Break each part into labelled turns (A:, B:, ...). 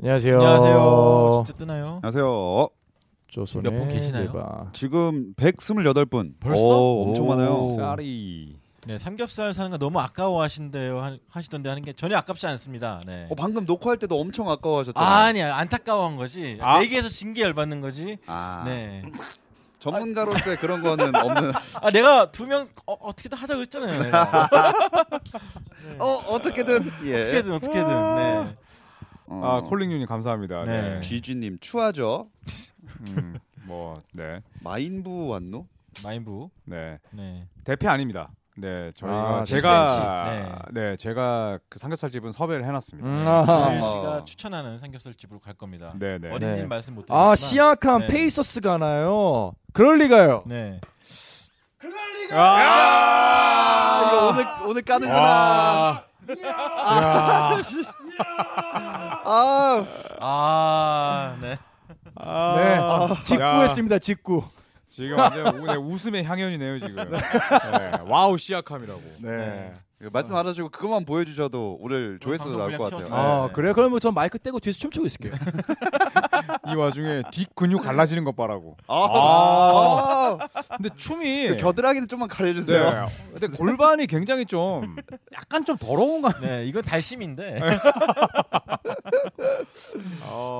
A: 안녕하세요. 어.
B: 안녕하세요. 진짜 뜨나요?
C: 안녕하세요.
A: 조선의
B: 몇분 계시나요?
A: 대박.
C: 지금 128분.
B: 벌써?
C: 오, 엄청 많아요.
D: 쌀이
B: 네, 삼겹살 사는 거 너무 아까워하신대요 하- 하시던데 하는 게 전혀 아깝지 않습니다. 네.
C: 어, 방금 녹화할 때도 엄청
A: 그렇죠.
C: 아까워하셨잖아요.
B: 아, 아니야 안타까워한 거지.
D: 아.
B: 내기에서 진 게 열받는 거지.
C: 아,
B: 네.
C: 전문가로서의 그런 거는 없는.
B: 아 내가 두 명 어, 떻게든 하자 그랬잖아요. 내가.
A: 네.
C: 어 어떻게든 예.
B: 네. 어떻게든 어떻게든. 네.
C: 어,
D: 아 콜링유님 감사합니다.
B: 네.
D: 네.
C: 쥐쥐님 추하죠.
D: 음, 뭐 네.
C: 마인부 왔노?
B: 마인부.
D: 네.
B: 네.
D: 대패 아닙니다. 네, 저희가
A: 아,
D: 제가 네. 제가 그 삼겹살 집은 섭외를 해놨습니다.
A: 음,
B: 조일
A: 아,
B: 네, 그 씨가 추천하는 삼겹살 집으로 갈 겁니다.
D: 네, 네.
B: 어딘지
A: 네.
B: 는 말씀 못 드리지만.
A: 아 시약한
B: 네.
A: 페이서스가 나요. 그럴 리가요.
B: 네.
D: 네. 아,
C: 아, 이거 오늘 오늘 까는구나.
D: 아, 야.
C: 아,
B: 아, 네.
D: 아,
A: 네,
D: 야.
A: 직구했습니다. 직구.
D: 지금 완전 오늘 웃음의 향연이네요 지금. 네, 와우 시약함이라고.
A: 네.
C: 이거 말씀 알아주고 그것만 보여주셔도 오늘 조회수도
B: 방송
C: 나올 것
B: 분량
C: 같아요.
B: 키웠어요.
A: 아
B: 네.
A: 그래? 그러면 전 마이크 떼고 뒤에서 춤추고 있을게요.
D: 이 와중에 뒷 근육 갈라지는 것 봐라고.
C: 아,
D: 근데 춤이
C: 그 겨드랑이도 좀만 가려주세요.
D: 네. 근데 골반이 굉장히 좀 약간 좀 더러운 거.
B: 네, 이건 달심인데.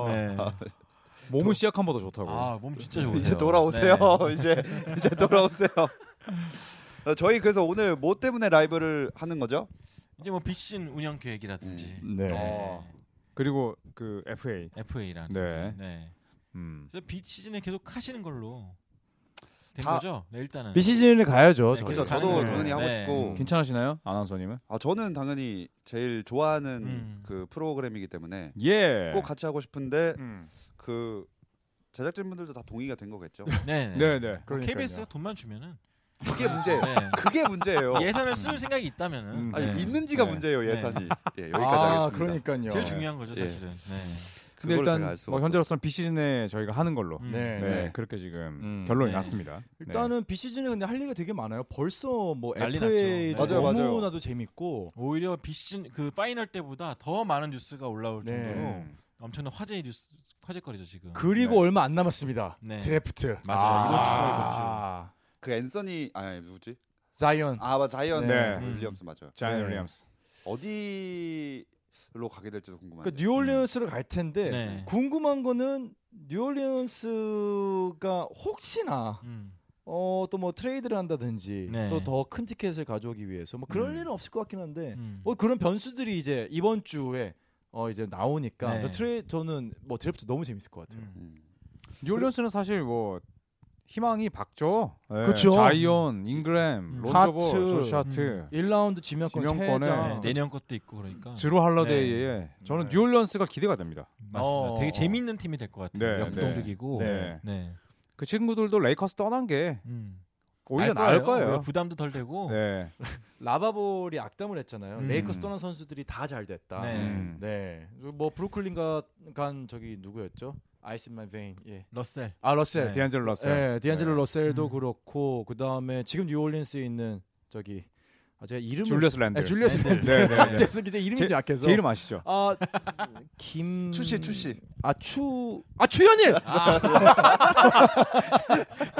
B: 네.
A: 아.
D: 몸은 시약함보다 좋다고.
B: 아, 몸 진짜 좋으세요. 네.
C: 이제 돌아오세요. 네. 이제 이제 돌아오세요. 어, 저희 그래서 오늘 뭐 때문에 라이브를 하는 거죠?
B: 이제 뭐 빅신 운영 계획이라든지
A: 네.
D: 어. 그리고 그 FA.
B: FA라든지
D: 네.
B: 네.
D: 음.
B: 그래서 빅 시즌에 계속 하시는 걸로 된
C: 다-
B: 거죠? 네, 일단은.
A: 비시즌을 가야죠.
B: 네,
A: 저희.
C: 그래서
B: 그렇죠.
C: 저도
B: 가는
C: 당연히
B: 거예요.
C: 하고
B: 네.
C: 싶고
D: 괜찮으시나요, 아나운서님은?
C: 아 저는 당연히 제일 좋아하는
B: 음.
C: 그 프로그램이기 때문에
D: 예.
C: 꼭 같이 하고 싶은데
D: 음.
C: 그 제작진분들도 다 동의가 된 거겠죠.
B: 네. 네.
D: 네, 네.
B: 뭐
A: 그러니까요.
B: KBS가 돈만 주면은
C: 그게 문제예요.
B: 네.
C: 그게 문제예요.
B: 예산을 쓸 생각이 있다면은
D: 음.
C: 아니
B: 네.
C: 있는지가
D: 네.
C: 문제예요 예산이. 예, 여기까지
A: 아
C: 하겠습니다.
A: 그러니까요.
B: 제일 중요한 거죠,
C: 예.
B: 사실은. 네.
D: 근데
C: 그걸 제가
D: 일단
C: 알수
D: 뭐
C: 없어서.
D: 현재로서는 비 시즌에 저희가 하는 걸로.
B: 음.
A: 네.
D: 네.
C: 네.
D: 그렇게 지금
A: 음.
D: 결론이
B: 네.
D: 났습니다. 네.
A: 일단은 비시즌에 근데 할 얘기가 되게 많아요. 벌써 뭐 네.
B: 난리
A: FA
B: 났죠.
A: 도
C: 맞아요, 맞아요.
A: 너무나도 재밌고.
B: 오히려 빅신 그 파이널 때보다 더 많은 뉴스가 올라올
A: 네.
B: 정도로
D: 음.
B: 엄청난 화제의 뉴스 화제거리죠, 지금.
A: 그리고
D: 네.
A: 얼마 안 남았습니다.
B: 네.
A: 드래프트.
B: 맞아요. 이번 주죠,
A: 아,
C: 그 앤서니 아 누구지?
A: 자이언.
C: 아맞 뭐 자이언
D: 네.
B: 음.
C: 윌리엄스 맞아요.
D: 자이언
A: 네.
D: 윌리엄스.
C: 어디로 가게 될지도 궁금한데.
A: 그러니까 뉴올리언스로 갈 텐데
B: 네.
A: 궁금한 거는 뉴올리언스가 혹시나
B: 이번 주. 음.
A: 어 또 뭐 트레이드를 한다든지
B: 네.
A: 또 더 큰 티켓을 가져오기 위해서 뭐 그럴
D: 음.
A: 일은 없을 것 같긴 한데
B: 음.
A: 뭐 그런 변수들이 이제 이번 주에 어 이제 나오니까
B: 네.
A: 저 트레이 저는 뭐 드래프트 너무 재밌을 것 같아요.
B: 음.
C: 음.
D: 뉴올리언스는 사실 뭐 희망이 박죠. 네.
A: 그쵸.
D: 자이언, 잉그램,
B: 음.
D: 론더보,
A: 하트. 음.
D: 조시 하트,
A: 1라운드 지명권
D: 지명권에
B: 네,
A: 세장
B: 내년 것도 있고 그러니까.
D: 드루 할러데이에 저는
A: 네.
D: 뉴올리언스가 기대가 됩니다.
B: 맞습니다.
A: 어.
B: 되게 재미있는 팀이 될 것 같아요.
D: 네,
B: 역동적이고.
D: 네.
B: 네.
D: 그 친구들도 레이커스 떠난 게
B: 음.
D: 오히려
B: 날
D: 나을 거예요.
B: 오히려 부담도 덜 되고. 네.
D: 네.
A: 라바볼이 악담을 했잖아요.
B: 음.
A: 레이커스 떠난 선수들이 다 잘 됐다.
B: 네.
D: 음.
A: 네. 뭐 브루클린 가- 간 저기 누구였죠? 아이스 맨 베인. 예.
B: 러셀.
A: 아 러셀.
B: 네.
D: 디안젤로 러셀.
A: 예, 디안젤로
D: 네.
A: 러셀도
B: 음.
A: 그렇고 그 다음에 지금 뉴올린스에 있는 저기 아 제가 이름을
D: 줄리어스 랜들.
A: 예, 줄리어스
B: 네,
A: 랜들.
D: 네, 네, 네.
A: 죄송 이제 이름이 좀 약해서.
D: 제 이름 아시죠?
A: 아김
C: 추씨 추씨.
A: 아추아 추현일.
B: 아,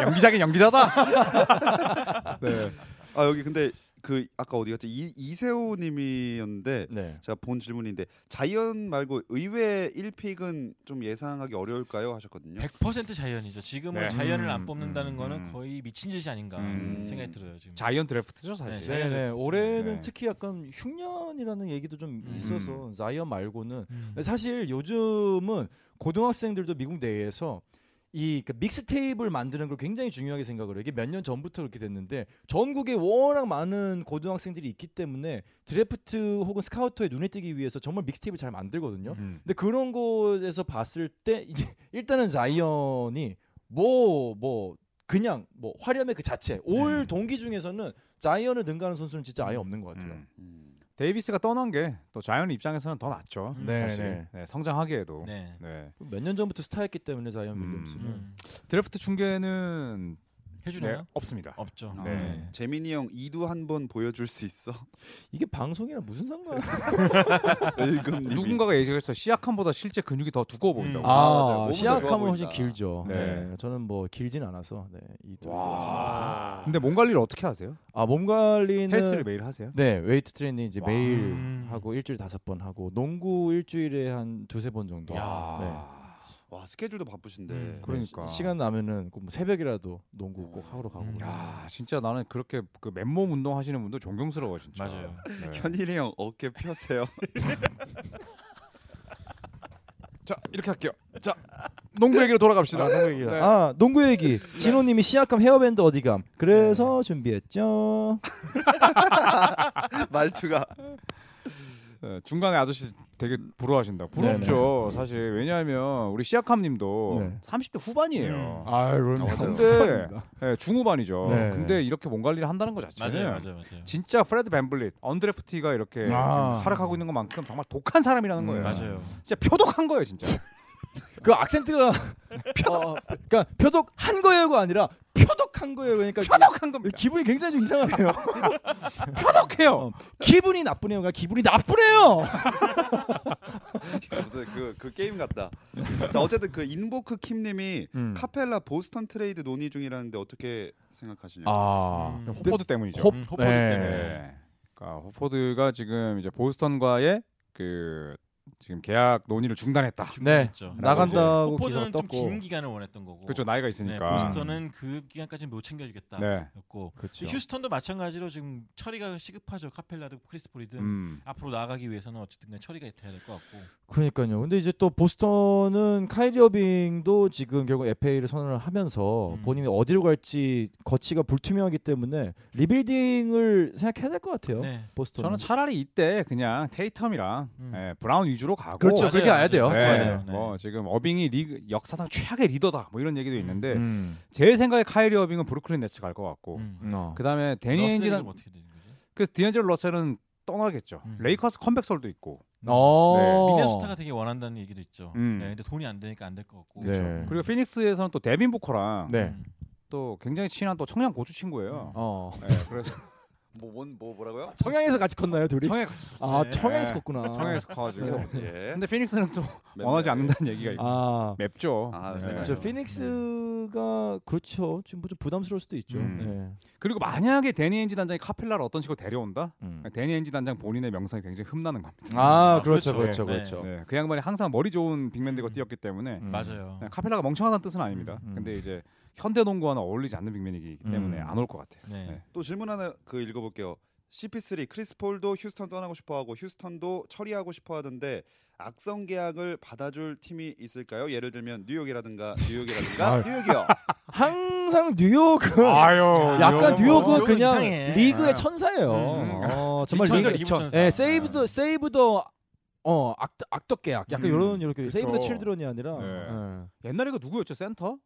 D: 연기자긴 연기자다. 네.
C: 아 여기 근데 그 아까 어디 갔지 이, 이세호님이었는데
A: 네.
C: 제가 본 질문인데 자이언 말고 의외 1픽은 좀 예상하기 어려울까요 하셨거든요.
B: 100% 자연이죠. 지금은
D: 네.
B: 자연을
D: 음,
B: 안 뽑는다는
D: 음,
B: 거는
D: 음.
B: 거의 미친 짓이 아닌가
D: 음.
B: 생각이 들어요 지금.
D: 자이언 드래프트죠 사실.
B: 네,
A: 네, 네.
B: 네.
A: 올해는
D: 네.
A: 특히 약간 흉년이라는 얘기도 좀
B: 음.
A: 있어서 자이언 말고는
B: 음.
A: 사실 요즘은 고등학생들도 미국 내에서 이 그러니까 믹스테이프를 만드는 걸 굉장히 중요하게 생각을 해요. 이게 몇 년 전부터 그렇게 됐는데 전국에 워낙 많은 고등학생들이 있기 때문에 드래프트 혹은 스카우터에 눈에 띄기 위해서 정말 믹스테이프 잘 만들거든요.
D: 음.
A: 근데 그런 곳에서 봤을 때 이제 일단은 자이언이 뭐 뭐 그냥 뭐 화려함의 그 자체 올
D: 네.
A: 동기 중에서는 자이언을 능가하는 선수는 진짜 아예 없는 것 같아요.
D: 음.
C: 음.
D: 데이비스가 떠난 게 또 자이언 입장에서는 더 낫죠.
B: 음,
A: 네,
D: 사실.
A: 네.
D: 네, 성장하기에도. 네.
B: 네.
A: 몇 년 전부터 스타였기 때문에 자이언
D: 음.
A: 윌리엄스는
B: 음.
D: 드래프트 중계는
B: 해주나요? 어,
D: 네, 없습니다.
B: 없죠.
C: 아,
D: 네.
C: 재민이 형 이두 한 번 보여줄 수 있어?
A: 이게 방송이랑 무슨 상관이야?
C: 일금님이.
D: 누군가가 얘기했어. 시약함보다 실제 근육이 더 두꺼워 보인다고.
B: 음.
C: 네. 맞아요.
A: 아,
C: 몸은 좋아
A: 시약하면 훨씬
C: 보인다.
A: 길죠.
D: 네.
A: 네. 저는 뭐 길진 않아서 네. 이두
D: 와. 근데 몸 관리를 어떻게 하세요?
A: 아, 몸 관리는
D: 헬스를 매일 하세요?
A: 네, 웨이트 트레이닝 이제
D: 와.
A: 매일
B: 음.
A: 하고 일주일 다섯 번 하고 농구 일주일에 한 두세 번 정도.
D: 야.
C: 와 스케줄도 바쁘신데
B: 음,
A: 네,
D: 그러니까.
A: 시, 간 나면은 꼭뭐 새벽이라도 농구 꼭 하러 가고.
B: 음.
D: 야, 진짜 나는 그렇게 그 맨몸 운동 하시는 분들 존경스러워 진짜.
B: 맞아요.
D: 네.
C: 현일이 형 어깨 펴세요.
D: 자, 이렇게 할게요. 자, 농구 얘기로 돌아갑시다. 네.
A: 아 농구 얘기 진호님이 시약감 헤어밴드 어디감 그래서
D: 네.
A: 준비했죠
C: 말투가
D: 네, 중간에 아저씨 되게 부러워하신다. 부럽죠, 사실. 왜냐하면 우리 시아캄님도
A: 네.
D: 30대 후반이에요.
B: 음.
A: 아 그럼요
C: 맞아요.
D: 근데 네, 중후반이죠.
A: 네.
D: 근데 이렇게 몸 관리를 한다는 것 자체는
B: 맞아요, 맞아요, 맞아요.
D: 진짜 프레드 벤블릿, 언드래프티가 이렇게
A: 아.
D: 지금 활약하고 있는 것만큼 정말 독한 사람이라는
A: 음,
D: 거예요.
B: 맞아요.
D: 진짜 표독한 거예요, 진짜.
A: 그 악센트가 어, 그러니까 표독한 거예요가 아니라 표독한 거예요 그러니까
D: 표독한 겁니다.
A: 기분이 굉장히 좀 이상하네요
D: 표독해요.
A: 어, 기분이 나쁘네요 그러니까 기분이 나쁘네요
C: 무슨 그, 그 게임 같다. 자 어쨌든 그 인보크 킴님이
A: 음.
C: 카펠라 보스턴 트레이드 논의 중이라는데 어떻게 생각하시냐? 요
A: 아
B: 음.
D: 호포드 때문이죠.
A: 호-
B: 음,
A: 네.
D: 네. 그러니까 호포드가 지금 이제 보스턴과의 그 지금 계약 논의를 중단했다.
A: 네
B: 그렇죠.
A: 나간다고 기사
B: 호포드는 좀
A: 떴고
B: 긴 기간을 원했던 거고.
D: 그렇죠 나이가
B: 네,
D: 있으니까.
B: 보스턴은 그 기간까지 못 챙겨주겠다.
D: 네.
B: 였고
A: 그렇죠
B: 휴스턴도 마찬가지로 지금 처리가 시급하죠. 카펠라든 크리스폴이든
D: 음.
B: 앞으로 나아가기 위해서는 어쨌든 처리가 돼야 될 것 같고.
A: 그러니까요 근데 이제 또 보스턴은 카이리 어빙도 지금 결국 FA를 선언을 하면서
B: 음.
A: 본인이 어디로 갈지 거치가 불투명하기 때문에 리빌딩을 생각해야 될 것 같아요
B: 네.
A: 보스턴
D: 저는 차라리 이때 그냥 테이텀이랑
B: 음. 네.
D: 예, 브라운 위주로 가고.
A: 그렇죠. 그렇게
B: 맞아요,
A: 알아야 돼요. 네.
B: 맞아요.
A: 그래야 돼요.
D: 예, 뭐 지금 어빙이 리그 역사상 최악의 리더다 뭐 이런 얘기도
B: 음.
D: 있는데
A: 음.
D: 제 생각에 카이리 어빙은 브루클린 네츠 갈 것 같고
B: 음.
A: 어.
D: 그다음에 데니
B: 러셀은
D: 엔지랑
B: 어떻게 되는 거죠?
D: 그 디엔젤 러셀은 떠나겠죠
B: 음.
D: 레이커스 컴백설도 있고
A: 어.
B: 미네소타가 되게 원한다는 얘기도 있죠.
D: 음. 그렇죠.
B: 네, 근데 돈이 안 되니까 안 될 것 같고.
A: 네.
D: 그리고 피닉스에서는 또 데빈 부커랑
A: 네.
B: 음.
D: 또 굉장히 친한 또 청양 고추 친구예요.
A: 어.
D: 예, 그래서
C: 뭐뭔 뭐 뭐라고요?
A: 청양에서 같이 컸나요, 둘이?
D: 청양 같이 어
A: 아, 청양에서
D: 네.
A: 컸구나.
D: 청양에서 커가지고.
C: 예.
D: 근데 피닉스는 또
C: 맨날.
D: 원하지 않는다는 얘기가 있고
A: 아.
D: 맵죠.
C: 아,
D: 예.
C: 네.
A: 저 피닉스가 그렇죠. 지금 뭐좀 부담스러울 수도 있죠.
D: 음. 그리고 만약에 데니 엔지 단장이 카펠라를 어떤 식으로 데려온다?
A: 네. 음.
D: 데니 엔지 단장 본인의 명성이 굉장히 흠나는 겁니다.
A: 아,
B: 아,
A: 그렇죠.
B: 그렇죠.
A: 그렇죠. 그렇죠.
B: 네.
D: 네, 그 양반이 항상 머리 좋은 빅맨들과 뛰었기 때문에
A: 음.
B: 맞아요.
D: 네, 카펠라가 멍청하다는 뜻은 아닙니다.
A: 음.
D: 근데 이제 현대 농구와는 어울리지 않는 빅맨이기 때문에
A: 음.
D: 안 올 것 같아요.
B: 네.
D: 네.
C: 또 질문 하나 그 읽어볼게요. CP3 크리스폴도 휴스턴 떠나고 싶어하고 휴스턴도 처리하고 싶어하던데 악성 계약을 받아줄 팀이 있을까요? 예를 들면 뉴욕이라든가 뉴욕이라든가
D: 아.
C: 뉴욕이요.
A: 항상 뉴욕은
D: 아유,
A: 약간
B: 뉴욕은
A: 뉴욕은 그냥
B: 이상해.
A: 리그의
D: 아.
A: 천사예요.
B: 음.
A: 어, 정말
B: 리천사, 아.
A: 리그
B: 리천사.
A: 예, 세이브 더 세이브 더어 악덕 악덕 계약 약간
D: 음.
A: 이런 이렇게 세이브 더
D: 그렇죠.
A: 칠드런이 아니라
D: 네.
A: 예.
D: 옛날에 그 누구였죠? 센터?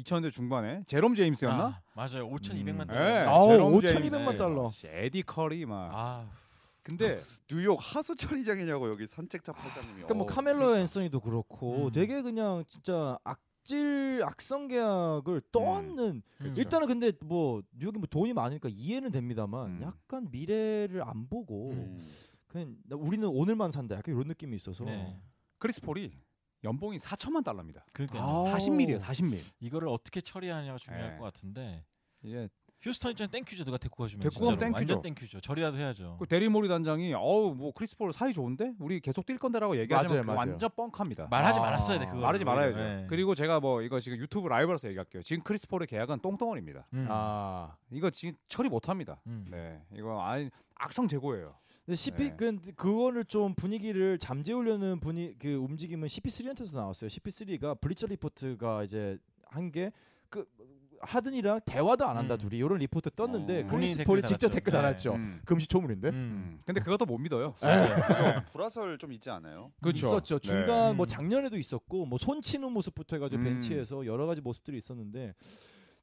D: 2000년대 중반에 제롬 제임스였나?
B: 아, 맞아요. 5,200만
A: 음.
D: 예.
B: 달러.
A: 아우,
D: 제롬
A: 5,200만
D: 제임스,
A: 달러.
D: 에디 커리 막.
B: 아,
D: 근데
C: 뉴욕 하수처리장이냐고 여기 산책자 팔사님이.
A: 그러니까 뭐
C: 어.
A: 카멜로 앤서니도 그렇고
B: 음.
A: 되게 그냥 진짜 악질 악성 계약을 떠안는
B: 음.
A: 일단은 근데 뭐 뉴욕이 뭐 돈이 많으니까 이해는 됩니다만
D: 음.
A: 약간 미래를 안 보고
C: 음.
A: 그냥 나- 우리는 오늘만 산다 약간 이런 느낌이 있어서
B: 네.
D: 음. 크리스 폴이 연봉이 4천만 달러입니다.
B: 그러니까
A: 아. 아우.
D: 40밀이에요, 40밀.
B: 이거를 어떻게 처리하냐가 중요할
D: 예.
B: 것 같은데
D: 이제
B: 휴스턴 입장 땡큐죠 누가 데리고 가주면
D: 데리고
B: 진짜로.
D: 가면 땡큐죠.
B: 완전 땡큐죠 저리라도 해야죠
D: 그 데리 모리 단장이 어우 뭐 크리스 폴 사이 좋은데 우리 계속 뛸 건데라고
A: 맞아요,
D: 얘기하지만 그거
A: 맞아요. 네.
D: 완전 뻥합니다.
B: 말하지
A: 아.
B: 말았어야 돼 네. 그거
D: 말하지 말아야죠. 그리고 제가 뭐 이거 지금 유튜브 라이브라서 얘기할게요. 지금 크리스 폴의 계약은 똥덩어리입니다.
A: 아
D: 이거 지금 처리 못 합니다.
B: 음.
D: 네, 이거 아니 악성 재고예요.
A: 근데 CP
D: 네.
A: 근 그거를 좀 분위기를 잠재우려는 분위 그 움직임은 CP3한테서 나왔어요. CP3가 블리처 리포트가 이제 한 게 그 하든이랑 대화도 안 한다
B: 음.
A: 둘이 이런 리포트 떴는데
C: 어.
A: 크리스
B: 본인이
A: 폴이
B: 댓글
A: 직접
B: 달았죠.
A: 댓글
B: 네.
A: 달았죠. 아,
D: 음.
A: 금시초문인데.
B: 음.
D: 음. 근데 그것도 못 믿어요.
C: 그죠? 불화설 좀 있지 않아요?
D: 그렇죠.
A: 있었죠.
D: 네.
A: 중간
B: 음.
A: 뭐 작년에도 있었고 뭐 손치는 모습부터 해가지고
D: 음.
A: 벤치에서 여러 가지 모습들이 있었는데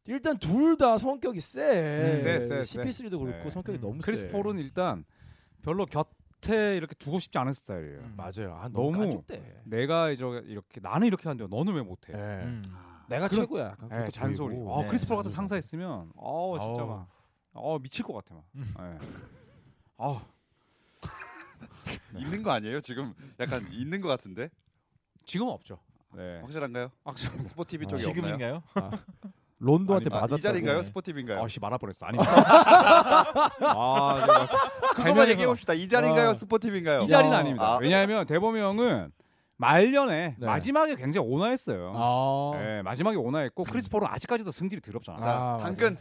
A: 일단 둘 다 성격이 세.
D: 세, 세, 세.
A: CP3도 그렇고
D: 네.
A: 성격이
B: 음.
A: 너무 세.
D: 크리스 폴은 일단 별로 곁에 이렇게 두고 싶지 않은 스타일이에요.
B: 음.
A: 맞아요. 아, 너무
D: 너무 네.
A: 까죽대.
D: 내가 이제 이렇게 나는 이렇게 하는데 너는 왜 못해?
A: 예.
B: 음.
C: 아.
E: 내가
D: 그런-
E: 최고야. 약간
D: 예,
E: 그것도
D: 잔소리.
E: 보이고.
D: 어,
B: 네,
D: 크리스폴 같은
E: 잔소리.
D: 상사 있으면 어 진짜
B: 아우.
D: 막 어, 미칠 것 같아 막. 예. 어,
C: 네. 있는 거 아니에요? 지금 약간 있는 것 같은데
D: 지금 은 없죠. 네. 아.
C: 확실한가요?
D: 확실합니다.
C: 스포티비 쪽에 없나요?
B: 지금인가요?
A: 론도한테
C: 아,
A: 맞았다.
C: 이 자리인가요?
B: 네.
C: 스포티비인가요?
D: 아씨 말아 버렸어. 아닙니다. 아, 제가 봤을 때
C: 그거만
D: 대면에서-
C: 얘기해 봅시다. 이 자리인가요?
D: 아.
C: 스포티비인가요?
D: 이 자리는 아닙니다.
C: 아.
D: 왜냐하면 대범이 형은 말년에
A: 네.
D: 마지막에 굉장히 온화했어요.
A: 아.
D: 예, 마지막에 온화했고 크리스폴은 아직까지도 승질이 더럽잖아.
C: 자,
A: 아,
C: 당근,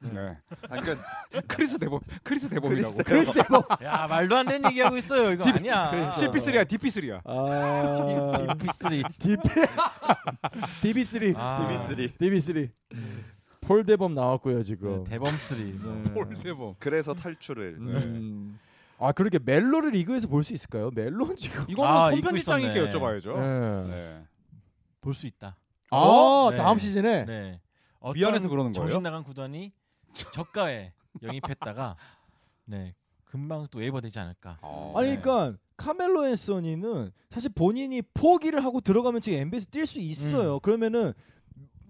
D: 네.
C: 당근.
D: 크리스 대범, 크리스 대범이라고.
A: 크리스 대범.
B: 야 말도 안 되는 얘기하고 있어요. 이거 아니야. 네,
D: CP3야, DP3야.
A: 아.
B: DP3.
A: DP DB3
B: 아.
C: DB3.
A: DB3 폴 대범 나왔고요 지금.
B: 네, 대범 뭐, 3.
A: 네.
D: 대범.
C: 그래서 탈출을.
D: 네.
A: 음. 아 그렇게 멜로를 리그에서 볼 수 있을까요? 멜로는 지금.
D: 이거는
B: 아, 입고
D: 손편집장님께
B: 있었네.
D: 여쭤봐야죠.
A: 예.
D: 네.
B: 볼수 있다.
A: 아
B: 어? 네.
A: 다음 시즌에
B: 네. 어떤
D: 미안해서 그러는 거예요?
B: 정신 나간 구단이 저가에 영입했다가 네 금방 또 웨이버 되지 않을까.
A: 아니
B: 네.
A: 그러니까 카멜로 앤서니는 사실 본인이 포기를 하고 들어가면 지금 NBA에서 뛸 수 있어요.
D: 음.
A: 그러면은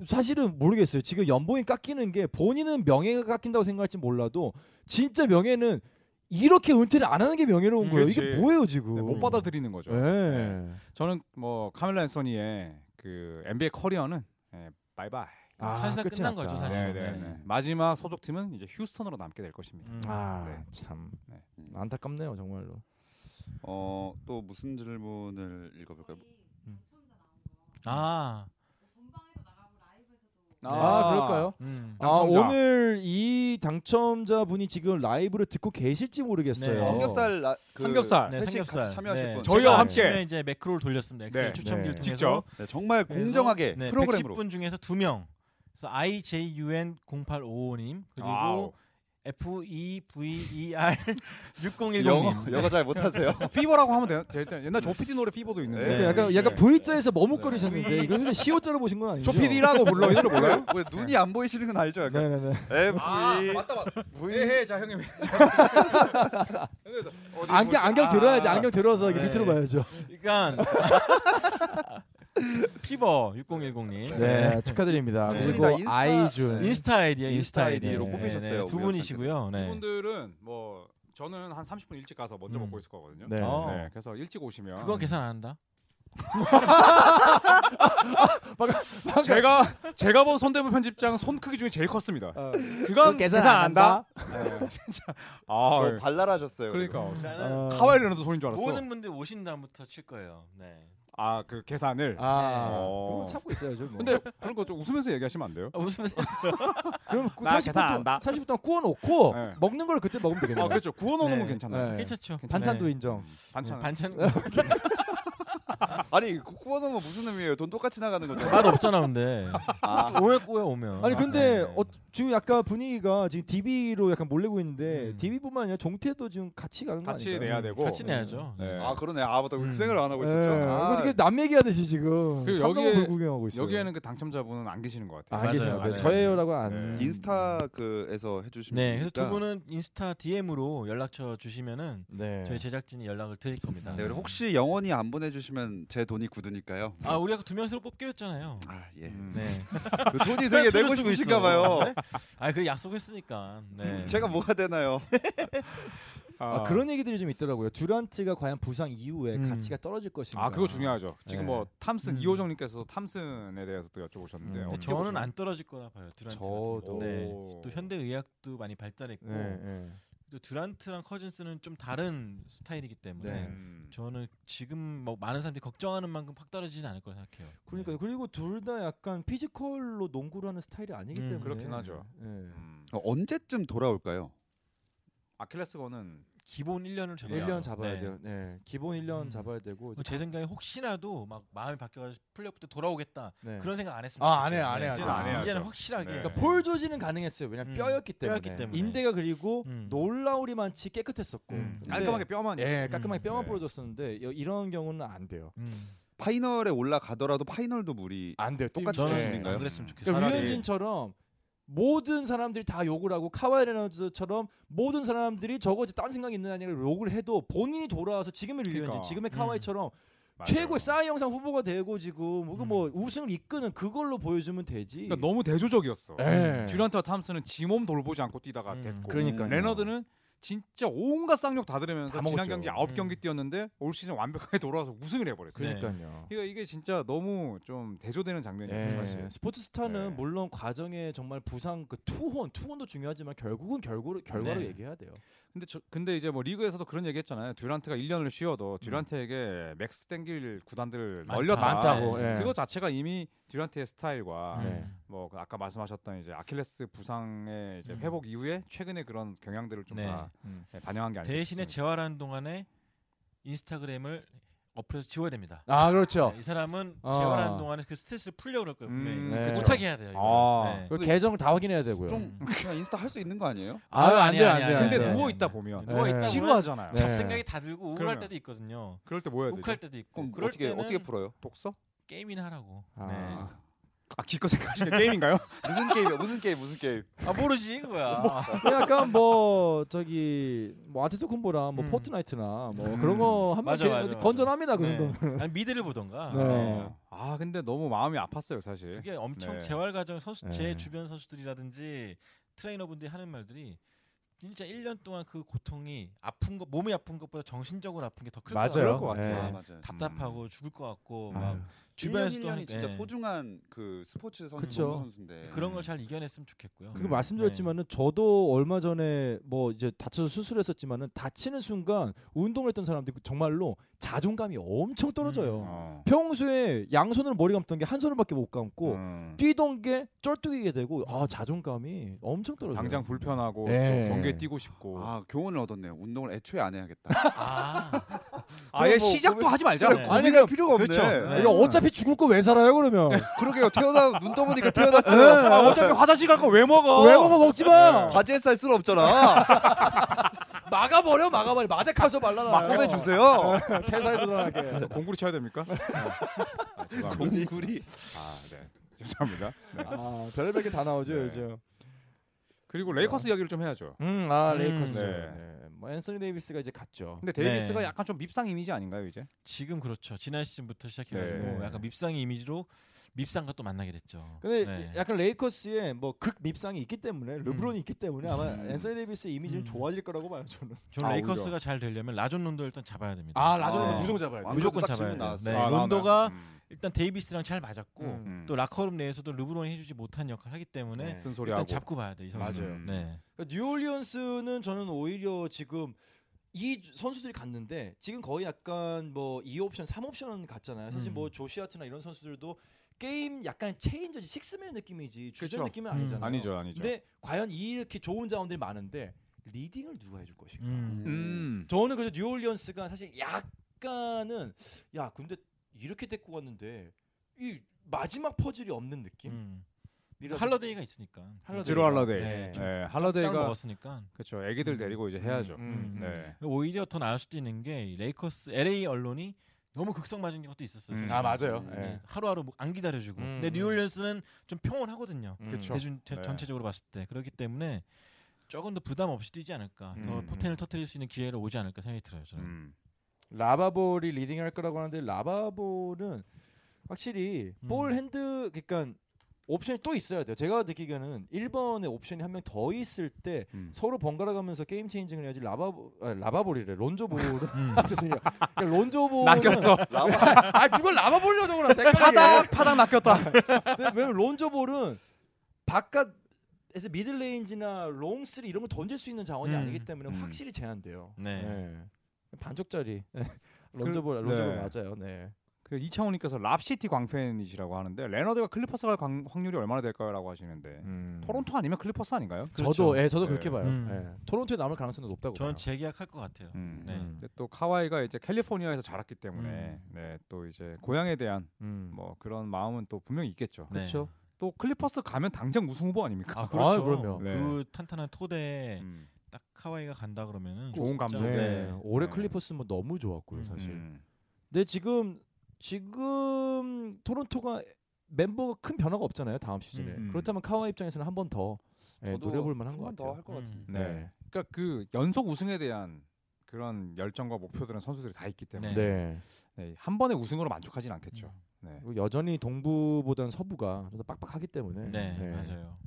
A: 사실은 모르겠어요. 지금 연봉이 깎이는 게 본인은 명예가 깎인다고 생각할지 몰라도 진짜 명예는 이렇게 은퇴를 안 하는 게 명예로운 거예요. 이게
D: 음, 그치.
A: 뭐예요 지금?
D: 네, 못 받아들이는 거죠.
A: 예.
D: 저는 뭐 카멜라 앤소니의 그 NBA 커리어는 예, 바이바이.
A: 아,
B: 사실상
A: 끝이
B: 끝난
A: 났다.
B: 거죠, 사실.
D: 네,
B: 사실은,
D: 네, 네.
B: 네.
D: 마지막 소속팀은 이제 휴스턴으로 남게 될 것입니다.
B: 음.
A: 아
D: 네.
A: 참.
D: 네.
A: 안타깝네요 정말로.
C: 어, 또 무슨 질문을 읽어볼까요?
B: 아.
A: 아, 그럴까요?
B: 음.
A: 아
D: 당첨자.
A: 오늘 이 당첨자 분이 지금 라이브를 듣고 계실지 모르겠어요.
B: 네.
C: 삼겹살 라, 그
D: 삼겹살.
B: 네,
C: 회식
B: 삼겹살.
C: 같이 참여하실
B: 네.
C: 분.
D: 저희와
B: 제가
D: 함께.
B: 아침에 이제 매크로를 돌렸습니다. 엑셀
D: 네.
B: 추첨기를
A: 네.
B: 통해서
D: 직접.
C: 네, 정말
B: 그래서,
C: 공정하게
B: 네,
C: 프로그램으로.
B: 110분 중에서 두 명. 그래서 IJUN0855님 그리고
D: 아우.
B: E
C: 영어
B: FEVER6010님.
C: 영어 잘 못하세요.
D: 피버라고 하면 돼요. 제 일단 옛날 조피디 노래 피버도 있는데
A: 그러니까
C: 네.
A: 약간
C: 네.
A: 약간
C: 네.
A: V자에서 머뭇거리셨는데 이거 사실 시옷자로 보신 건 아니죠?
D: 조피디라고 네. 불러 이 노래 몰라요?
C: 왜 눈이 안 보이시는 건 알죠? 약간
A: 네네네.
C: MV
D: 아, 맞다 맞다. 해 자 형님.
A: 안경 안경
D: 아,
A: 들어야지 안경 들어서 이렇게
B: 네.
A: 밑으로 봐야죠.
B: 그러니까 피버 6010님.
A: 네, 축하드립니다.
C: 네.
A: 그리고
C: 분이다, 인스타-
A: 아이준
C: 네.
B: 인스타 아이디에
C: 인스타
B: 인스타
C: 아이디로
B: 아이디.
C: 뽑히셨어요,
B: 네, 네, 두
C: 우연찮게.
B: 분이시고요. 네.
D: 이분들은 뭐 저는 한 30분 일찍 가서 먼저
B: 음.
D: 먹고 있을 거거든요.
A: 네.
B: 어.
D: 네, 그래서 일찍 오시면
B: 그건 계산 안 한다.
D: 제가 제가 본 손대부 편집장 손 크기 중에 제일 컸습니다.
A: 어.
D: 그건
A: 그거
D: 계산, 안 한다. 네, 진짜. 아
C: 어, 발랄하셨어요.
D: 그러니까
A: 어.
D: 카와이 레너드 손인 줄 알았어.
B: 모든 분들 오신 다음부터 칠 거예요. 네.
D: 아 그 계산을.
A: 아,
D: 어.
A: 그럼 참고 있어야죠.
B: 네.
A: 뭐.
D: 근데 그런 거 좀 웃으면서 얘기하시면 안 돼요?
B: 아, 웃으면서
A: 그럼 그
D: 나
A: 30분
D: 계산 안
A: 동안
D: 한다.
A: 30분 동안 구워놓고
D: 네.
A: 먹는 걸 그때 먹으면 되겠네요.
D: 아 그렇죠. 구워놓는
B: 네.
D: 건 괜찮나요?
A: 네.
B: 괜찮죠.
A: 반찬도
B: 네.
A: 인정.
D: 반찬.
B: 반찬
C: 아니 구- 구워놓은 거 무슨 의미예요? 돈 똑같이 나가는 거죠.
B: 맛 없잖아 근데
C: 아,
B: 오면 꼬여 오면.
A: 아니 근데
B: 네.
A: 어, 지금 약간 분위기가 지금 DB로 약간 몰리고 있는데
B: 음.
A: DB뿐만 아니라 종태도 지금 같이 가는 거
D: 같이
A: 아닌가요?
D: 내야 되고.
B: 같이 내야죠.
D: 네.
C: 아 그러네. 아 맞다.
B: 음.
C: 생을 안 하고 있었죠.
A: 예,
C: 아,
A: 어떻게 남 얘기하듯이 지금
D: 그리고
A: 삼남불
D: 여기에-
A: 구경하고 있어요.
D: 여기에는 그 당첨자분은 안 계시는 것 같아요.
A: 아, 안
B: 맞아요,
A: 계시나요?
B: 맞아요.
A: 저예요라고 안.
D: 네.
C: 인스타 그에서 해주시면
B: 네, 그래서 두
C: 되니까.
B: 분은 인스타 DM으로 연락처 주시면은
A: 네.
B: 저희 제작진이 연락을 드릴 겁니다.
C: 네, 그리고 혹시 영원히 안 보내주시면 제 돈이 굳으니까요.
B: 아 우리 아까 두 명수로 뽑기로 했잖아요.
C: 아 예.
D: 음.
B: 네.
C: 그 돈이 되게
B: 술을
C: 내고
B: 쓰고
C: 싶으신가
B: 있어.
C: 봐요.
B: 네? 아 그래 약속했으니까. 네.
A: 음,
C: 제가 뭐가 되나요?
A: 아, 그런 얘기들이 좀 있더라고요. 듀란트가 과연 부상 이후에
B: 음.
A: 가치가 떨어질 것인가.
D: 아 그거 중요하죠. 지금
A: 네.
D: 뭐 탐슨
B: 음.
D: 이호정님께서도 탐슨에 대해서 또 여쭤보셨는데
A: 음.
D: 어떻게
B: 저는
D: 보시나요?
B: 안 떨어질 거라 봐요. 듀란트.
A: 저도.
B: 같은 경우. 네. 또 현대 의학도 많이 발달했고
A: 네, 네.
B: 또 듀란트랑 커진스는 좀 다른 스타일이기 때문에
A: 네.
D: 음.
B: 저는 지금 뭐 많은 사람들이 걱정하는 만큼 확 떨어지진 않을 거라 생각해요.
A: 그러니까 요
B: 네.
A: 그리고 둘 다 약간 피지컬로 농구를 하는 스타일이 아니기
B: 음,
A: 때문에
D: 그렇긴 하죠.
A: 예.
D: 음.
C: 어, 언제쯤 돌아올까요?
D: 아킬레스건은
B: 네. 기본 1년을 잡아야
A: 1년 잡아야 돼요. 네. 기본 1년
B: 음.
A: 잡아야 되고.
B: 뭐제 생각에 혹시라도 막 마음이 바뀌어가지고 플레이오프 때 돌아오겠다
A: 네.
B: 그런 생각 안 했으면
A: 아, 안
B: 좋겠어요. 네.
A: 해요, 안 해요,
B: 이제는,
D: 안
B: 이제는
D: 해요. 안 해야죠.
B: 확실하게
D: 네.
A: 그러니까 폴 조지는 가능했어요. 왜냐면
B: 음.
A: 뼈였기 때문에.
B: 뼈였기 때문에.
A: 인대가 그리고
B: 음.
A: 놀라우리만치 깨끗했었고.
B: 음.
A: 근데-
D: 깔끔하게 뼈만
A: 예, 깔끔하게
B: 음.
A: 뼈만
D: 네.
A: 부러졌었는데 여- 이런 경우는 안 돼요.
B: 음.
C: 파이널에 올라가더라도 파이널도 무리.
A: 안 돼요.
C: 똑같이
A: 팀-
C: 저는
A: 예.
B: 저는
C: 분인가요?
B: 안 그랬으면 좋겠어요.
A: 그러니까
D: 차라리-
A: 류현진처럼 모든 사람들이 다 욕을 하고 카와이 레너드처럼 모든 사람들이 저거 이제 다른 생각이 있는 아니라 욕을 해도 본인이 돌아와서 지금의 류현진,
D: 그러니까.
A: 지금의 카와이처럼 최고의 싸이 영상 후보가 되고 지금 혹은 뭐 우승을 이끄는 그걸로 보여주면 되지.
D: 음. 그러니까 너무 대조적이었어. 음,
A: 예.
D: 듀란트와 탐스는 지몸 돌보지 않고 뛰다가
B: 음.
D: 됐고
A: 그러니까요.
D: 레너드는 진짜 온갖 쌍욕 다 들으면서
A: 다
D: 지난
A: 먹었죠.
D: 경기 9 경기
B: 음.
D: 뛰었는데 올 시즌 완벽하게 돌아와서 우승을 해버렸어요.
B: 네.
A: 그러니까요.
D: 이거 이게 진짜 너무 좀 대조되는 장면이에요
A: 예,
D: 사실.
A: 스포츠 스타는
D: 네.
A: 물론 과정에 정말 부상 그 투혼 투혼도 중요하지만 결국은 결과로 결과로
B: 네.
A: 얘기해야 돼요.
D: 근데 저, 근데 이제 뭐 리그에서도 그런 얘기했잖아요. 듀란트가 1년을
A: 음.
D: 쉬어도 듀란트에게 맥스 땡길 구단들
B: 많다.
D: 널렸다.
B: 많다고,
A: 예.
D: 그거 자체가 이미 듀란트의 스타일과
A: 네.
D: 뭐그 아까 말씀하셨던 이제 아킬레스 부상의 이제
B: 음.
D: 회복 이후에 최근에 그런 경향들을 좀
B: 네.
D: 다
A: 음.
D: 예, 반영한 게 아니에요.
B: 대신에 재활하는 동안에 인스타그램을 어플에서 지워야 됩니다.
A: 아 그렇죠.
B: 이 사람은
A: 아.
B: 재활하는 동안에 그 스트레스를 풀려 그럴 거예요.
D: 음,
B: 분명히.
A: 네. 그렇죠.
B: 못하게 해야 돼요. 이거는.
D: 아.
B: 네.
A: 그 계정을 다 확인해야 되고요.
C: 좀 그냥 인스타 할 수 있는 거 아니에요?
A: 아유,
B: 아유,
A: 안
B: 아니야,
A: 돼, 안
B: 아니야,
A: 돼, 안
B: 아니야.
D: 근데
A: 네.
D: 누워 있다 보면
A: 네. 누워 있다 보면
D: 지루하잖아요.
A: 네.
B: 잡생각이 다 들고 우울할
D: 그러면.
B: 때도 있거든요.
D: 그럴 때 뭐 해야
B: 욱할
D: 되죠?
B: 때도 있고.
C: 그럼
B: 그럴
C: 어떻게
B: 때는
C: 어떻게 풀어요?
D: 독서?
B: 게임이나 하라고.
A: 아.
D: 아 기껏 생각하시는 게 게임인가요?
C: 무슨 게임이야? 무슨 게임? 무슨 게임?
B: 네. 아 모르지 그거야.
A: 약간 뭐 저기 뭐 아테토쿤보랑 뭐
B: 음.
A: 포트나이트나 뭐
D: 음.
A: 그런 거 하면
B: 맞아,
A: 게-
B: 맞아, 맞아.
A: 건전합니다 그
B: 네.
A: 정도.
B: 아니 미드를 보던가.
A: 네.
D: 어. 아 근데 너무 마음이 아팠어요
A: 예.
D: 사실.
B: 그게 엄청
D: 네.
B: 재활 과정 선수 제
A: 네.
B: 주변 선수들이라든지 트레이너분들이 하는 말들이 진짜 1년 동안 그 고통이 아픈 거 몸이 아픈 것보다 정신적으로 아픈 게 더클
A: 맞아요. 음.
D: 그럴 것
A: 네.
C: 아
D: 같아요.
C: 맞아요.
B: 답답하고 죽을 것 같고
A: 아유.
B: 막
C: 주변에서
B: 주변에서도
C: 1년이
B: 하니까,
C: 진짜
B: 예.
C: 소중한 그 스포츠 선수
A: 그쵸.
C: 농구 선수인데
B: 네, 그런
D: 음.
B: 걸 잘 이겨냈으면 좋겠고요.
A: 그리고 말씀드렸지만은 저도 얼마 전에 뭐 이제 다쳐서 수술했었지만은 다치는 순간 운동을 했던 사람들이 정말로 자존감이 엄청
C: 아,
A: 떨어져요.
C: 음.
D: 어.
A: 평소에 양손으로 머리 감던 게 한 손을밖에 못 감고
D: 음.
A: 뛰던 게 쩔뚝이게 되고 아 자존감이 엄청 떨어져요.
D: 당장 불편하고
A: 네.
D: 또 경기에 뛰고 싶고
C: 아 교훈을 얻었네요. 운동을 애초에 안 해야겠다.
B: 아,
D: 아예
C: 그럼 뭐
D: 시작도
C: 고민-
D: 하지 말자.
B: 그래,
C: 고민할
A: 그러니까-
C: 필요가 없네. 네.
B: 그렇죠. 네.
A: 이거 어차피 죽을 거 왜 살아요 그러면? 네.
C: 그러게요. 태어나 눈 떠보니까 태어났어요. 뭐
D: 아, 어차피 화장실 갈 거 왜 먹어?
A: 아, 왜 먹어 먹지 마.
C: 네.
A: 네.
C: 바지에 쌀 수는 없잖아.
A: 막아버려 막아버려 마데카서 말라놔.
C: 막 꾸며주세요.
A: 네. 세살 도전하게.
D: 어, 공구리 쳐야 됩니까? 아, 죄송합니다.
C: 공구리.
D: 아, 네. 죄송합니다. 네.
A: 아 별의별 게 다 나오죠
D: 네.
A: 요즘.
D: 그리고 레이커스 이야기를 좀 해야죠.
A: 음아
B: 음,
A: 레이커스.
D: 네.
A: 네. 뭐 앤서니 데이비스가 이제 갔죠.
D: 근데 데이비스가
B: 네.
D: 약간 좀 밉상 이미지 아닌가요, 이제?
B: 지금 그렇죠. 지난 시즌부터 시작해가지고
D: 네.
B: 약간 밉상의 이미지로 밉상과 또 만나게 됐죠.
A: 근데
B: 네.
A: 약간 레이커스에 뭐 극밉상이 있기 때문에 르브론이 있기 때문에 아마
C: 음.
A: 앤서니 데이비스의 이미지는
B: 음.
A: 좋아질 거라고 봐요 저는.
B: 저는
D: 아,
B: 레이커스가 잘 되려면 라존 론도 일단 잡아야 됩니다.
C: 라존론도
B: 네.
C: 무조건
A: 잡아야
C: 돼.
B: 무조건
C: 딱
B: 잡아야
C: 질문
B: 돼요.
C: 나왔어요.
B: 네,
D: 아,
B: 론도가
D: 나오나요? 음.
B: 일단 데이비스랑 잘 맞았고
A: 음.
D: 음.
B: 또 락커룸 내에서도 르브론이 해주지 못한 역할을 하기 때문에
A: 네.
D: 쓴소리하고.
B: 일단 잡고 봐야 돼 이 선수.
A: 맞아요.
B: 네.
A: 그러니까 뉴올리언스는 저는 오히려 지금 이 주- 선수들이 갔는데 지금 거의 약간 뭐 2옵션, 3옵션 갔잖아요. 사실
B: 음.
A: 뭐 조시아트나 이런 선수들도 게임 약간 체인저지 식스맨 느낌이지 주전
D: 그쵸.
A: 느낌은
B: 음.
A: 아니잖아요.
D: 아니죠, 아니죠.
A: 근데 과연 이렇게 좋은 자원들이 많은데 리딩을 누가 해줄 것인가?
B: 음.
D: 음.
A: 저는 그래서 뉴올리언스가 사실 약간은 야 근데 이렇게 데리고 갔는데 이 마지막 퍼즐이 없는 느낌.
B: 음. 할러데이가 있으니까.
A: 할러데이.
D: 지로 할러데이.
B: 네.
D: 네.
B: 좀 짱
D: 할러데이가
B: 먹었으니까.
D: 그렇죠. 애기들 데리고 이제 해야죠.
B: 음.
D: 네.
B: 오히려 더 나을 수도 있는 게이 레이커스 LA 언론이 너무 극성 맞은 것도 있었어요.
D: 음.
B: 사실.
A: 아 맞아요.
C: 음.
A: 예.
B: 네, 하루하루 뭐안 기다려주고.
A: 음,
B: 근데
A: 음.
B: 뉴올리언스는 좀 평온하거든요.
A: 음.
D: 그쵸.
B: 대중 대-
D: 네.
B: 전체적으로 봤을 때 그렇기 때문에 조금 더 부담 없이 뛰지 않을까. 더
D: 음.
B: 포텐을 터뜨릴 수 있는 기회를 오지 않을까 생각이 들어요. 저는.
D: 음.
A: 라바볼이 리딩할 거라고 하는데 라바볼은 확실히
B: 음.
A: 볼 핸드 그러니까 옵션이 또 있어야 돼요. 제가 느끼기에는 1번에 옵션이 한 명 더 있을 때
D: 음.
A: 서로 번갈아 가면서 게임 체인징을 해야지 라바보 아, 라바볼이래 론조볼은
B: 음.
A: 죄송해요. 그러니까 론조볼은
D: 음. 낚였어.
A: 아 그걸 라바볼이라서 그러나
B: 네.
D: 파닥 파닥
B: 아.
D: 낚였다.
A: 근데 왜냐면 론저볼은 바깥에서 미들레인지나 롱스리 이런 거 던질 수 있는 자원이
B: 음.
A: 아니기 때문에
D: 음.
A: 확실히 제한돼요.
B: 네.
A: 반쪽짜리 네. 론저볼
D: 그-
A: 론저볼
D: 네.
A: 맞아요. 네.
D: 그 이창호님께서 랍시티 광팬이시라고 하는데 레너드가 클리퍼스 갈 광- 확률이 얼마나 될까요라고 하시는데 토론토 아니면 클리퍼스 아닌가요?
A: 저도 예, 저도
D: 음. 네.
A: 그렇게 봐요.
B: 음.
A: 예. 토론토에 남을 가능성이 높다고
B: 저는
A: 봐요.
B: 재계약할 것 같아요.
D: 음.
B: 네.
D: 근데 또 카와이가 이제 캘리포니아에서 자랐기 때문에
B: 음.
D: 네, 또 이제 고향에 대한
A: 음.
D: 뭐 그런 마음은 또 분명히 있겠죠.
B: 네.
A: 그렇죠.
D: 또 클리퍼스 가면 당장 우승 후보 아닙니까?
B: 아 그렇죠.
A: 아, 그럼요.
D: 네.
B: 그 탄탄한 토대에
D: 음.
B: 딱 카와이가 간다 그러면은
D: 좋은
B: 진짜,
D: 감독.
A: 네.
B: 네.
A: 올해
D: 네.
A: 클리퍼스 뭐 너무 좋았고요,
B: 음.
A: 사실.
D: 음.
A: 근데 지금 지금 토론토가 멤버가 큰 변화가 없잖아요 다음 시즌에
D: 음.
A: 그렇다면 카와 입장에서는 한 번더 예, 네, 노려볼 만한 것 같아요.
C: 더할것
B: 음.
C: 같은데.
D: 네. 그러니까 그 연속 우승에 대한 그런 열정과 목표들은 선수들이 다 있기 때문에
B: 네.
A: 네.
D: 네, 한 번의 우승으로 만족하진
B: 음.
D: 않겠죠. 네.
A: 그리고 여전히 동부보다는 서부가 좀 더 빡빡하기 때문에.
B: 네, 맞아요.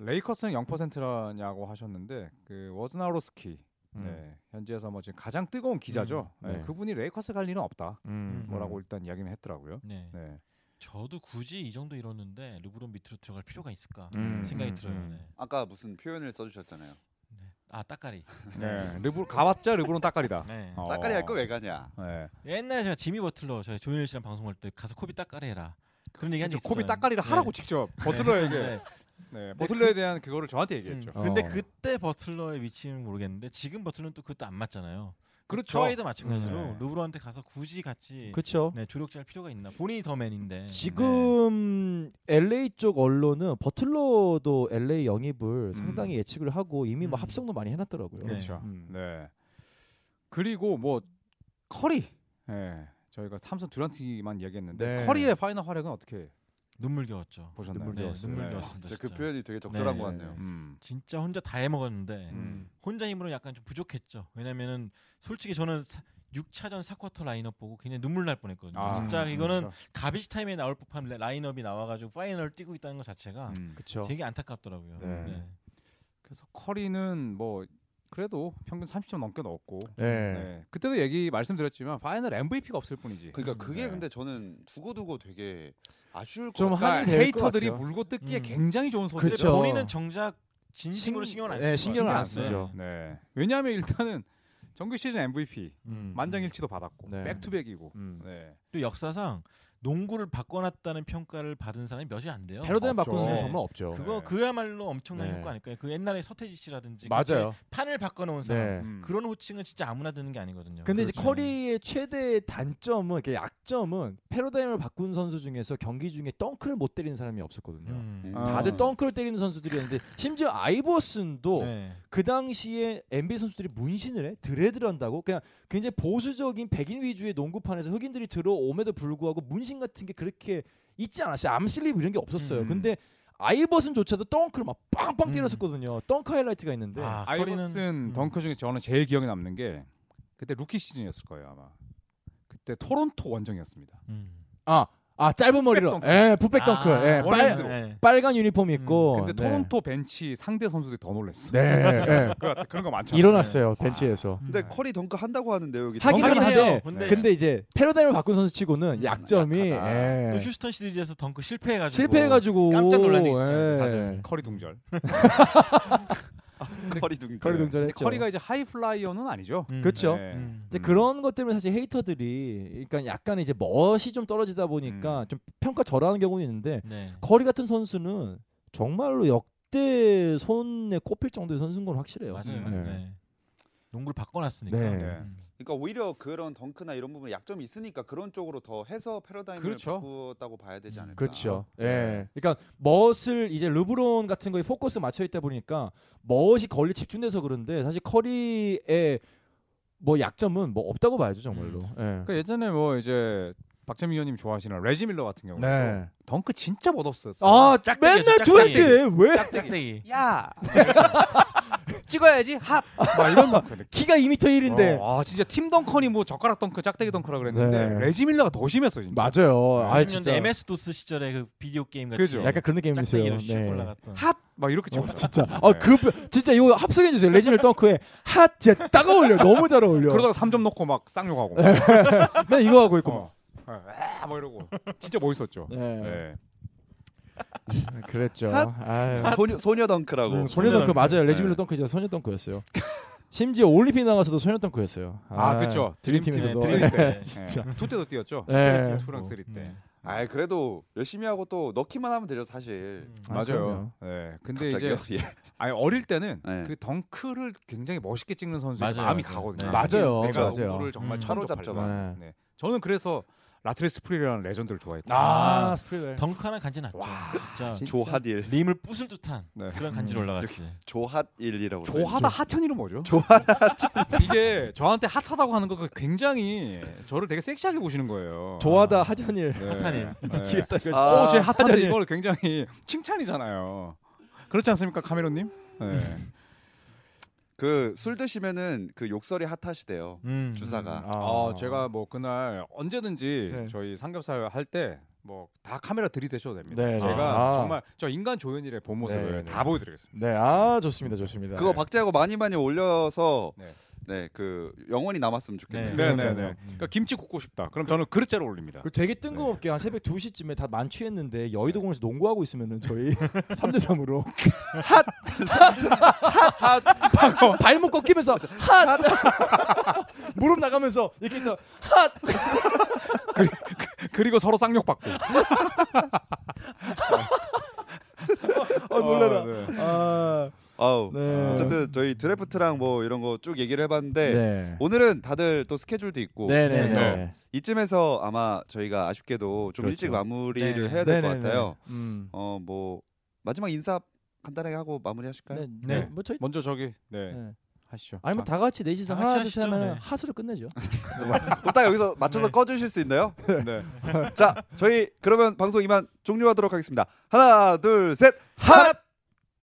D: 레이커스는 0%라냐고 하셨는데 그 워즈나로스키
A: 음.
D: 네, 현지에서 뭐 지금 가장 뜨거운 기자죠.
A: 음, 네.
D: 네, 그분이 레이커스 갈 일은 없다.
A: 음.
D: 뭐라고 일단 이야기는 했더라고요.
B: 네.
D: 네.
B: 저도 굳이 이 정도 이뤘는데 르브론 밑으로 들어갈 필요가 있을까
A: 음,
B: 생각이
D: 음,
B: 들어요.
D: 음.
B: 네.
C: 아까 무슨 표현을 써주셨잖아요.
B: 네. 아 따까리.
D: 네. 르브 가봤자 르브론 따까리다.
B: 네.
D: 어.
C: 음. 따까리 할 거 왜 가냐?
D: 네.
B: 옛날에 제가 지미 버틀러 저희 조현일 씨랑 방송할 때 가서 코비 따까리 해라. 그런 얘기 한
D: 그렇죠.
B: 적
D: 코비
B: 있어요.
D: 따까리를
B: 네.
D: 하라고 직접 버틀러에게
B: 네.
D: 네, 버틀러에 대한 그거를 저한테
B: 음.
D: 얘기했죠.
B: 근데
A: 어.
B: 그때 버틀러의 위치는 모르겠는데 지금 버틀러는 또 그것도 안 맞잖아요.
D: 그렇죠.
B: 와이도 마찬가지로
D: 음, 네.
B: 르브론한테 가서 굳이 같이
A: 그렇죠.
B: 네, 조력질 필요가 있나? 본인이 더 맨인데. 네,
A: 지금 LA 쪽 언론은 버틀러도 LA 영입을 상당히 예측을 하고 이미 뭐
B: 음.
A: 합성도 많이 해놨더라고요.
B: 네.
D: 그렇죠.
A: 음.
D: 네. 그리고 뭐 커리. 네. 저희가 삼성 듀란트만 얘기했는데
A: 네.
D: 커리의 파이널 활약은 어떻게
B: 눈물겨웠죠.
D: 보셨나요?
A: 눈물
B: 네,
A: 겨웠어요.
B: 눈물겨웠습니다.
C: 진짜
B: 진짜.
C: 그 표현이 되게 적절한
B: 네.
C: 것 같네요.
D: 음.
B: 진짜 혼자 다 해먹었는데
D: 음.
B: 혼자 힘으로 약간 좀 부족했죠. 왜냐면은 솔직히 저는 6차전 4쿼터 라인업 보고 굉장히 눈물 날 뻔했거든요.
D: 아,
B: 진짜 이거는
D: 그렇죠.
B: 가비지 타임에 나올 법한 라- 라인업이 나와가지고 파이널 뛰고 있다는 것 자체가
D: 음.
A: 그렇죠.
B: 되게 안타깝더라고요.
D: 네. 그래서 커리는 뭐 그래도 평균 30점 넘게 넣었고
A: 네.
D: 네. 그때도 얘기 말씀드렸지만 파이널 MVP가 없을 뿐이지
C: 그러니까 그게
D: 네.
C: 근데 저는 두고두고 되게 아쉬울 것
A: 좀
C: 같아요.
A: 하-
D: 그러니까
A: 한이 될것
D: 헤이터들이
A: 같아요.
D: 물고 뜯기에
B: 음.
D: 굉장히 좋은 소재
B: 근데
A: 그쵸.
B: 본인은 정작 진심으로
A: 신-
B: 신경을 안
A: 네,
B: 쓰죠.
A: 그렇죠. 신경을 안
D: 쓰죠. 네. 왜냐하면 일단은 정규 시즌 MVP
A: 음.
D: 만장일치도 받았고
A: 네.
D: 백투백이고
A: 음.
D: 네.
B: 또 역사상 농구를 바꿔놨다는 평가를 받은 사람이 몇이 안 돼요.
A: 패러다임 바꾸는
D: 없죠.
A: 건 정말 없죠.
B: 그거
D: 네.
B: 그야말로 엄청난
A: 그렇죠. 네.
B: 효과 아닐까요? 그 옛날에 서태지 씨라든지 그렇게
A: 맞아요.
B: 판을 바꿔놓은 사람
A: 네.
D: 음.
B: 그런 호칭은 진짜 아무나 드는 게 아니거든요.
A: 근데 이제
B: 그렇죠.
A: 커리의 최대 단점은 이렇게 약점은 패러다임을 바꾼 선수 중에서 경기 중에 덩크를 못 때리는 사람이 없었거든요.
B: 음.
D: 아.
C: 어.
A: 다들 덩크를 때리는 선수들이었는데 심지어 아이버슨도
B: 네.
A: 그 당시에 NBA 선수들이 문신을 해 드레드를 한다고 그냥 굉장히 보수적인 백인 위주의 농구판에서 흑인들이 들어옴에도 불구하고 문신 같은 게 그렇게 있지 않았어요. 암슬립 이런 게 없었어요.
D: 음.
A: 근데 아이버슨조차도 덩크를 막 빵빵
B: 음.
A: 때렸었거든요. 덩크 하이라이트가 있는데
B: 아, 커리는-
D: 아이버슨 덩크 중에 저는 제일 기억에 남는 게 그때 루키 시즌이었을 거예요 아마 그때 토론토 원정이었습니다
B: 음.
A: 아, 아 짧은 머리로
D: 풋백 덩크.
A: 예, 풋백 덩크.
B: 아,
A: 예,
B: 원래-
A: 빨,
B: 네.
A: 빨간 유니폼
B: 음,
A: 입고
D: 근데
A: 네.
D: 토론토 벤치 상대 선수들이 더 놀랐어
A: 네. 예.
D: 그거 같아. 그런 거 많잖아
A: 일어났어요. 벤치에서.
C: 근데
D: 네.
C: 커리 덩크 한다고 하는데요 여기.
A: 하기는
C: 덩크-
B: 하긴 해요.
A: 하되
B: 어, 근데,
A: 근데 이제 패러다임을 바꾼 선수치고는
B: 음,
A: 약점이 예.
C: 약하다.
B: 또 휴스턴 시리즈에서 덩크 실패해가지고
A: 실패해가지고
B: 깜짝 놀란 적
A: 예.
B: 있잖아요, 다들.
D: 네. 커리 둥절
C: 커리 덩크.
B: 네.
A: 커리 동전했죠.
D: 근데 커리가 이제 하이플라이어는 아니죠
B: 음.
A: 그렇죠.
D: 네.
B: 음.
A: 이제
D: 음.
A: 그런 것 때문에 사실 헤이터들이 그러니까 약간 이제 멋이 좀 떨어지다 보니까
B: 음.
A: 좀 평가 절하는 경우는 있는데
B: 네.
A: 커리 같은 선수는 정말로 역대 손에 꼽힐 정도의 선수인 건 확실해요.
B: 맞아요.
A: 네.
B: 네. 농구를 바꿔놨으니까.
A: 네.
D: 네.
B: 음.
C: 그러니까 오히려 그런 덩크나 이런 부분 약점이 있으니까 그런 쪽으로 더 해서 패러다임을
D: 그렇죠.
C: 바꾸었다고 봐야 되지
B: 음,
C: 않을까.
A: 그렇죠. 예.
D: 네.
A: 그러니까 멋을 이제 르브론 같은 거에 포커스 맞춰 있다 보니까 멋이 거리 집중돼서 그런데 사실 커리의 뭐 약점은 뭐 없다고 봐야죠 정말로.
B: 음.
A: 예.
D: 그러니까 예전에 뭐 이제 박재민 위원님 좋아하시는 레지 밀러 같은 경우도
A: 네.
D: 덩크 진짜 멋없었어요.
A: 아
B: 짝대기였어,
A: 맨날
B: 짝대기.
A: 두한테 왜
B: 짝대기.
D: 야 찍어야지 핫. 막 이런 덩크 느낌.
A: 키가 2m 1인데
D: 어, 아 진짜 팀 덩커니 뭐 젓가락 덩크 짝대기 덩크라 그랬는데
A: 네.
D: 레지 밀러가 더 심했어 진짜.
A: 맞아요. 아
B: 90년대
A: 진짜
B: MS 도스 시절의 그 비디오 게임 같이
D: 그죠.
A: 약간 그런 느낌이세요.
B: 짝대기로 씩 올라갔던.
D: 핫! 막 이렇게 찍었어.
A: 어, 진짜. 아, 그 진짜 이거 합성해 주세요. 레지널 덩크에 핫 진짜 딱 어울려. 너무 잘 어울려.
D: 그러다가 3점 넣고 막 쌍욕하고.
A: 맨 이거 하고 있고. 막.
D: 어. 아, 뭐 이러고. 진짜 멋있었죠.
A: 네.
D: 네.
A: 그랬죠.
C: 핫.
A: 아유.
C: 아, 소녀 소녀 덩크라고.
A: 음, 소녀 덩크
B: 덩크.
A: 맞아요. 레지밀러
C: 네.
A: 덩크죠. 소녀 덩크였어요. 심지어 올림픽 나가서도 소녀 덩크였어요.
D: 아, 그쵸.
A: 드림팀에서.
B: 드림팀. 네, 드림팀.
A: 진짜.
D: 투 때도 뛰었죠.
A: 네.
D: 투 때, 투랑 쓰리 때.
B: 음.
C: 아 그래도 열심히 하고 또 넣기만 하면 되죠 사실.
B: 음.
A: 아,
D: 맞아요. 네. 근데
C: 갑자기요? 예.
D: 이제 아니 어릴 때는
C: 네.
D: 그 덩크를 굉장히 멋있게 찍는 선수의
B: 맞아요,
D: 마음이
B: 맞아요.
D: 가거든요.
B: 네.
A: 맞아요,
D: 내가
A: 맞아요.
D: 농구를 정말
B: 음.
D: 처음
C: 사로잡죠,
D: 접할 때.
A: 막.
D: 네. 저는 그래서 라트레스 프리라는 레전드를 좋아했고.
A: 아,
B: 아,
A: 스프리웰.
B: 덩크 하나 간지 났죠. 진짜
C: 조핫일.
B: 림을 부술 듯한
D: 네.
B: 그런 간지로 올라갔지.
C: 음. 조핫일이라고.
D: 조하다 뭐 핫현이는 뭐죠? 이게 저한테 핫하다고 하는 거 굉장히 저를 되게 섹시하게 보시는 거예요.
A: 좋아하다 하전일.
D: 네.
B: 핫하네요.
D: 네.
A: 미치겠다. 이거.
C: 아.
D: 어, 제 핫한데 이걸 굉장히 칭찬이잖아요. 그렇지 않습니까, 카메론님? 네.
C: 그 술 드시면은 그 욕설이 핫하시대요.
B: 음.
C: 주사가.
A: 음,
D: 아, 제가 뭐 그날 언제든지
A: 네.
D: 저희 삼겹살 할 때 뭐 다 카메라 들이대셔도 됩니다.
A: 네, 네.
D: 제가
A: 아.
D: 정말 저 인간 조연일의 본 모습을
A: 네, 네.
D: 다 보여드리겠습니다.
A: 네, 아 좋습니다, 좋습니다.
C: 그거 박제하고 많이 많이 올려서
D: 네.
C: 네 그 영원히 남았으면
A: 네.
C: 좋겠네요.
D: 네네네.
A: 그러니까요.
D: 그러니까 김치 굽고 싶다. 그럼 저는 그릇째로 올립니다.
A: 그 되게 뜬금없게 한 새벽 2시쯤에 다 만취했는데 여의도공원에서 농구하고 있으면은 저희 3대 3으로 핫핫핫 발목 꺾이면서 핫 무릎 나가면서 이렇게 또
D: 그리고 서로 쌍욕 받고.
A: 어, 놀래라.
D: 어, 네.
A: 아,
C: 아우.
A: 네.
C: 어쨌든 저희 드래프트랑 뭐 이런 거 쭉 얘기를 해봤는데
A: 네.
C: 오늘은 다들 또 스케줄도 있고
A: 네, 네,
C: 그래서
A: 네.
C: 이쯤에서 아마 저희가 아쉽게도 좀
A: 그렇죠.
C: 일찍 마무리를
B: 네.
C: 해야
A: 네,
C: 될것
A: 네, 네.
C: 같아요.
A: 음.
C: 어 뭐 마지막 인사 간단하게 하고 마무리하실까요?
A: 네,
B: 네.
A: 뭐 저희
D: 먼저 저기 네,
A: 네.
D: 하시죠.
A: 아니면 다 같이 넷이서
B: 다 같이
A: 하나 둘셋
B: 하시죠,
A: 하면
B: 네.
A: 하수로 끝내죠.
C: 그럼 뭐 딱 여기서
A: 네.
C: 맞춰서 꺼주실 수 있나요?
D: 자, 네.
C: 자, 저희 그러면 방송 이만 종료하도록 하겠습니다. 하나, 둘, 셋, 핫!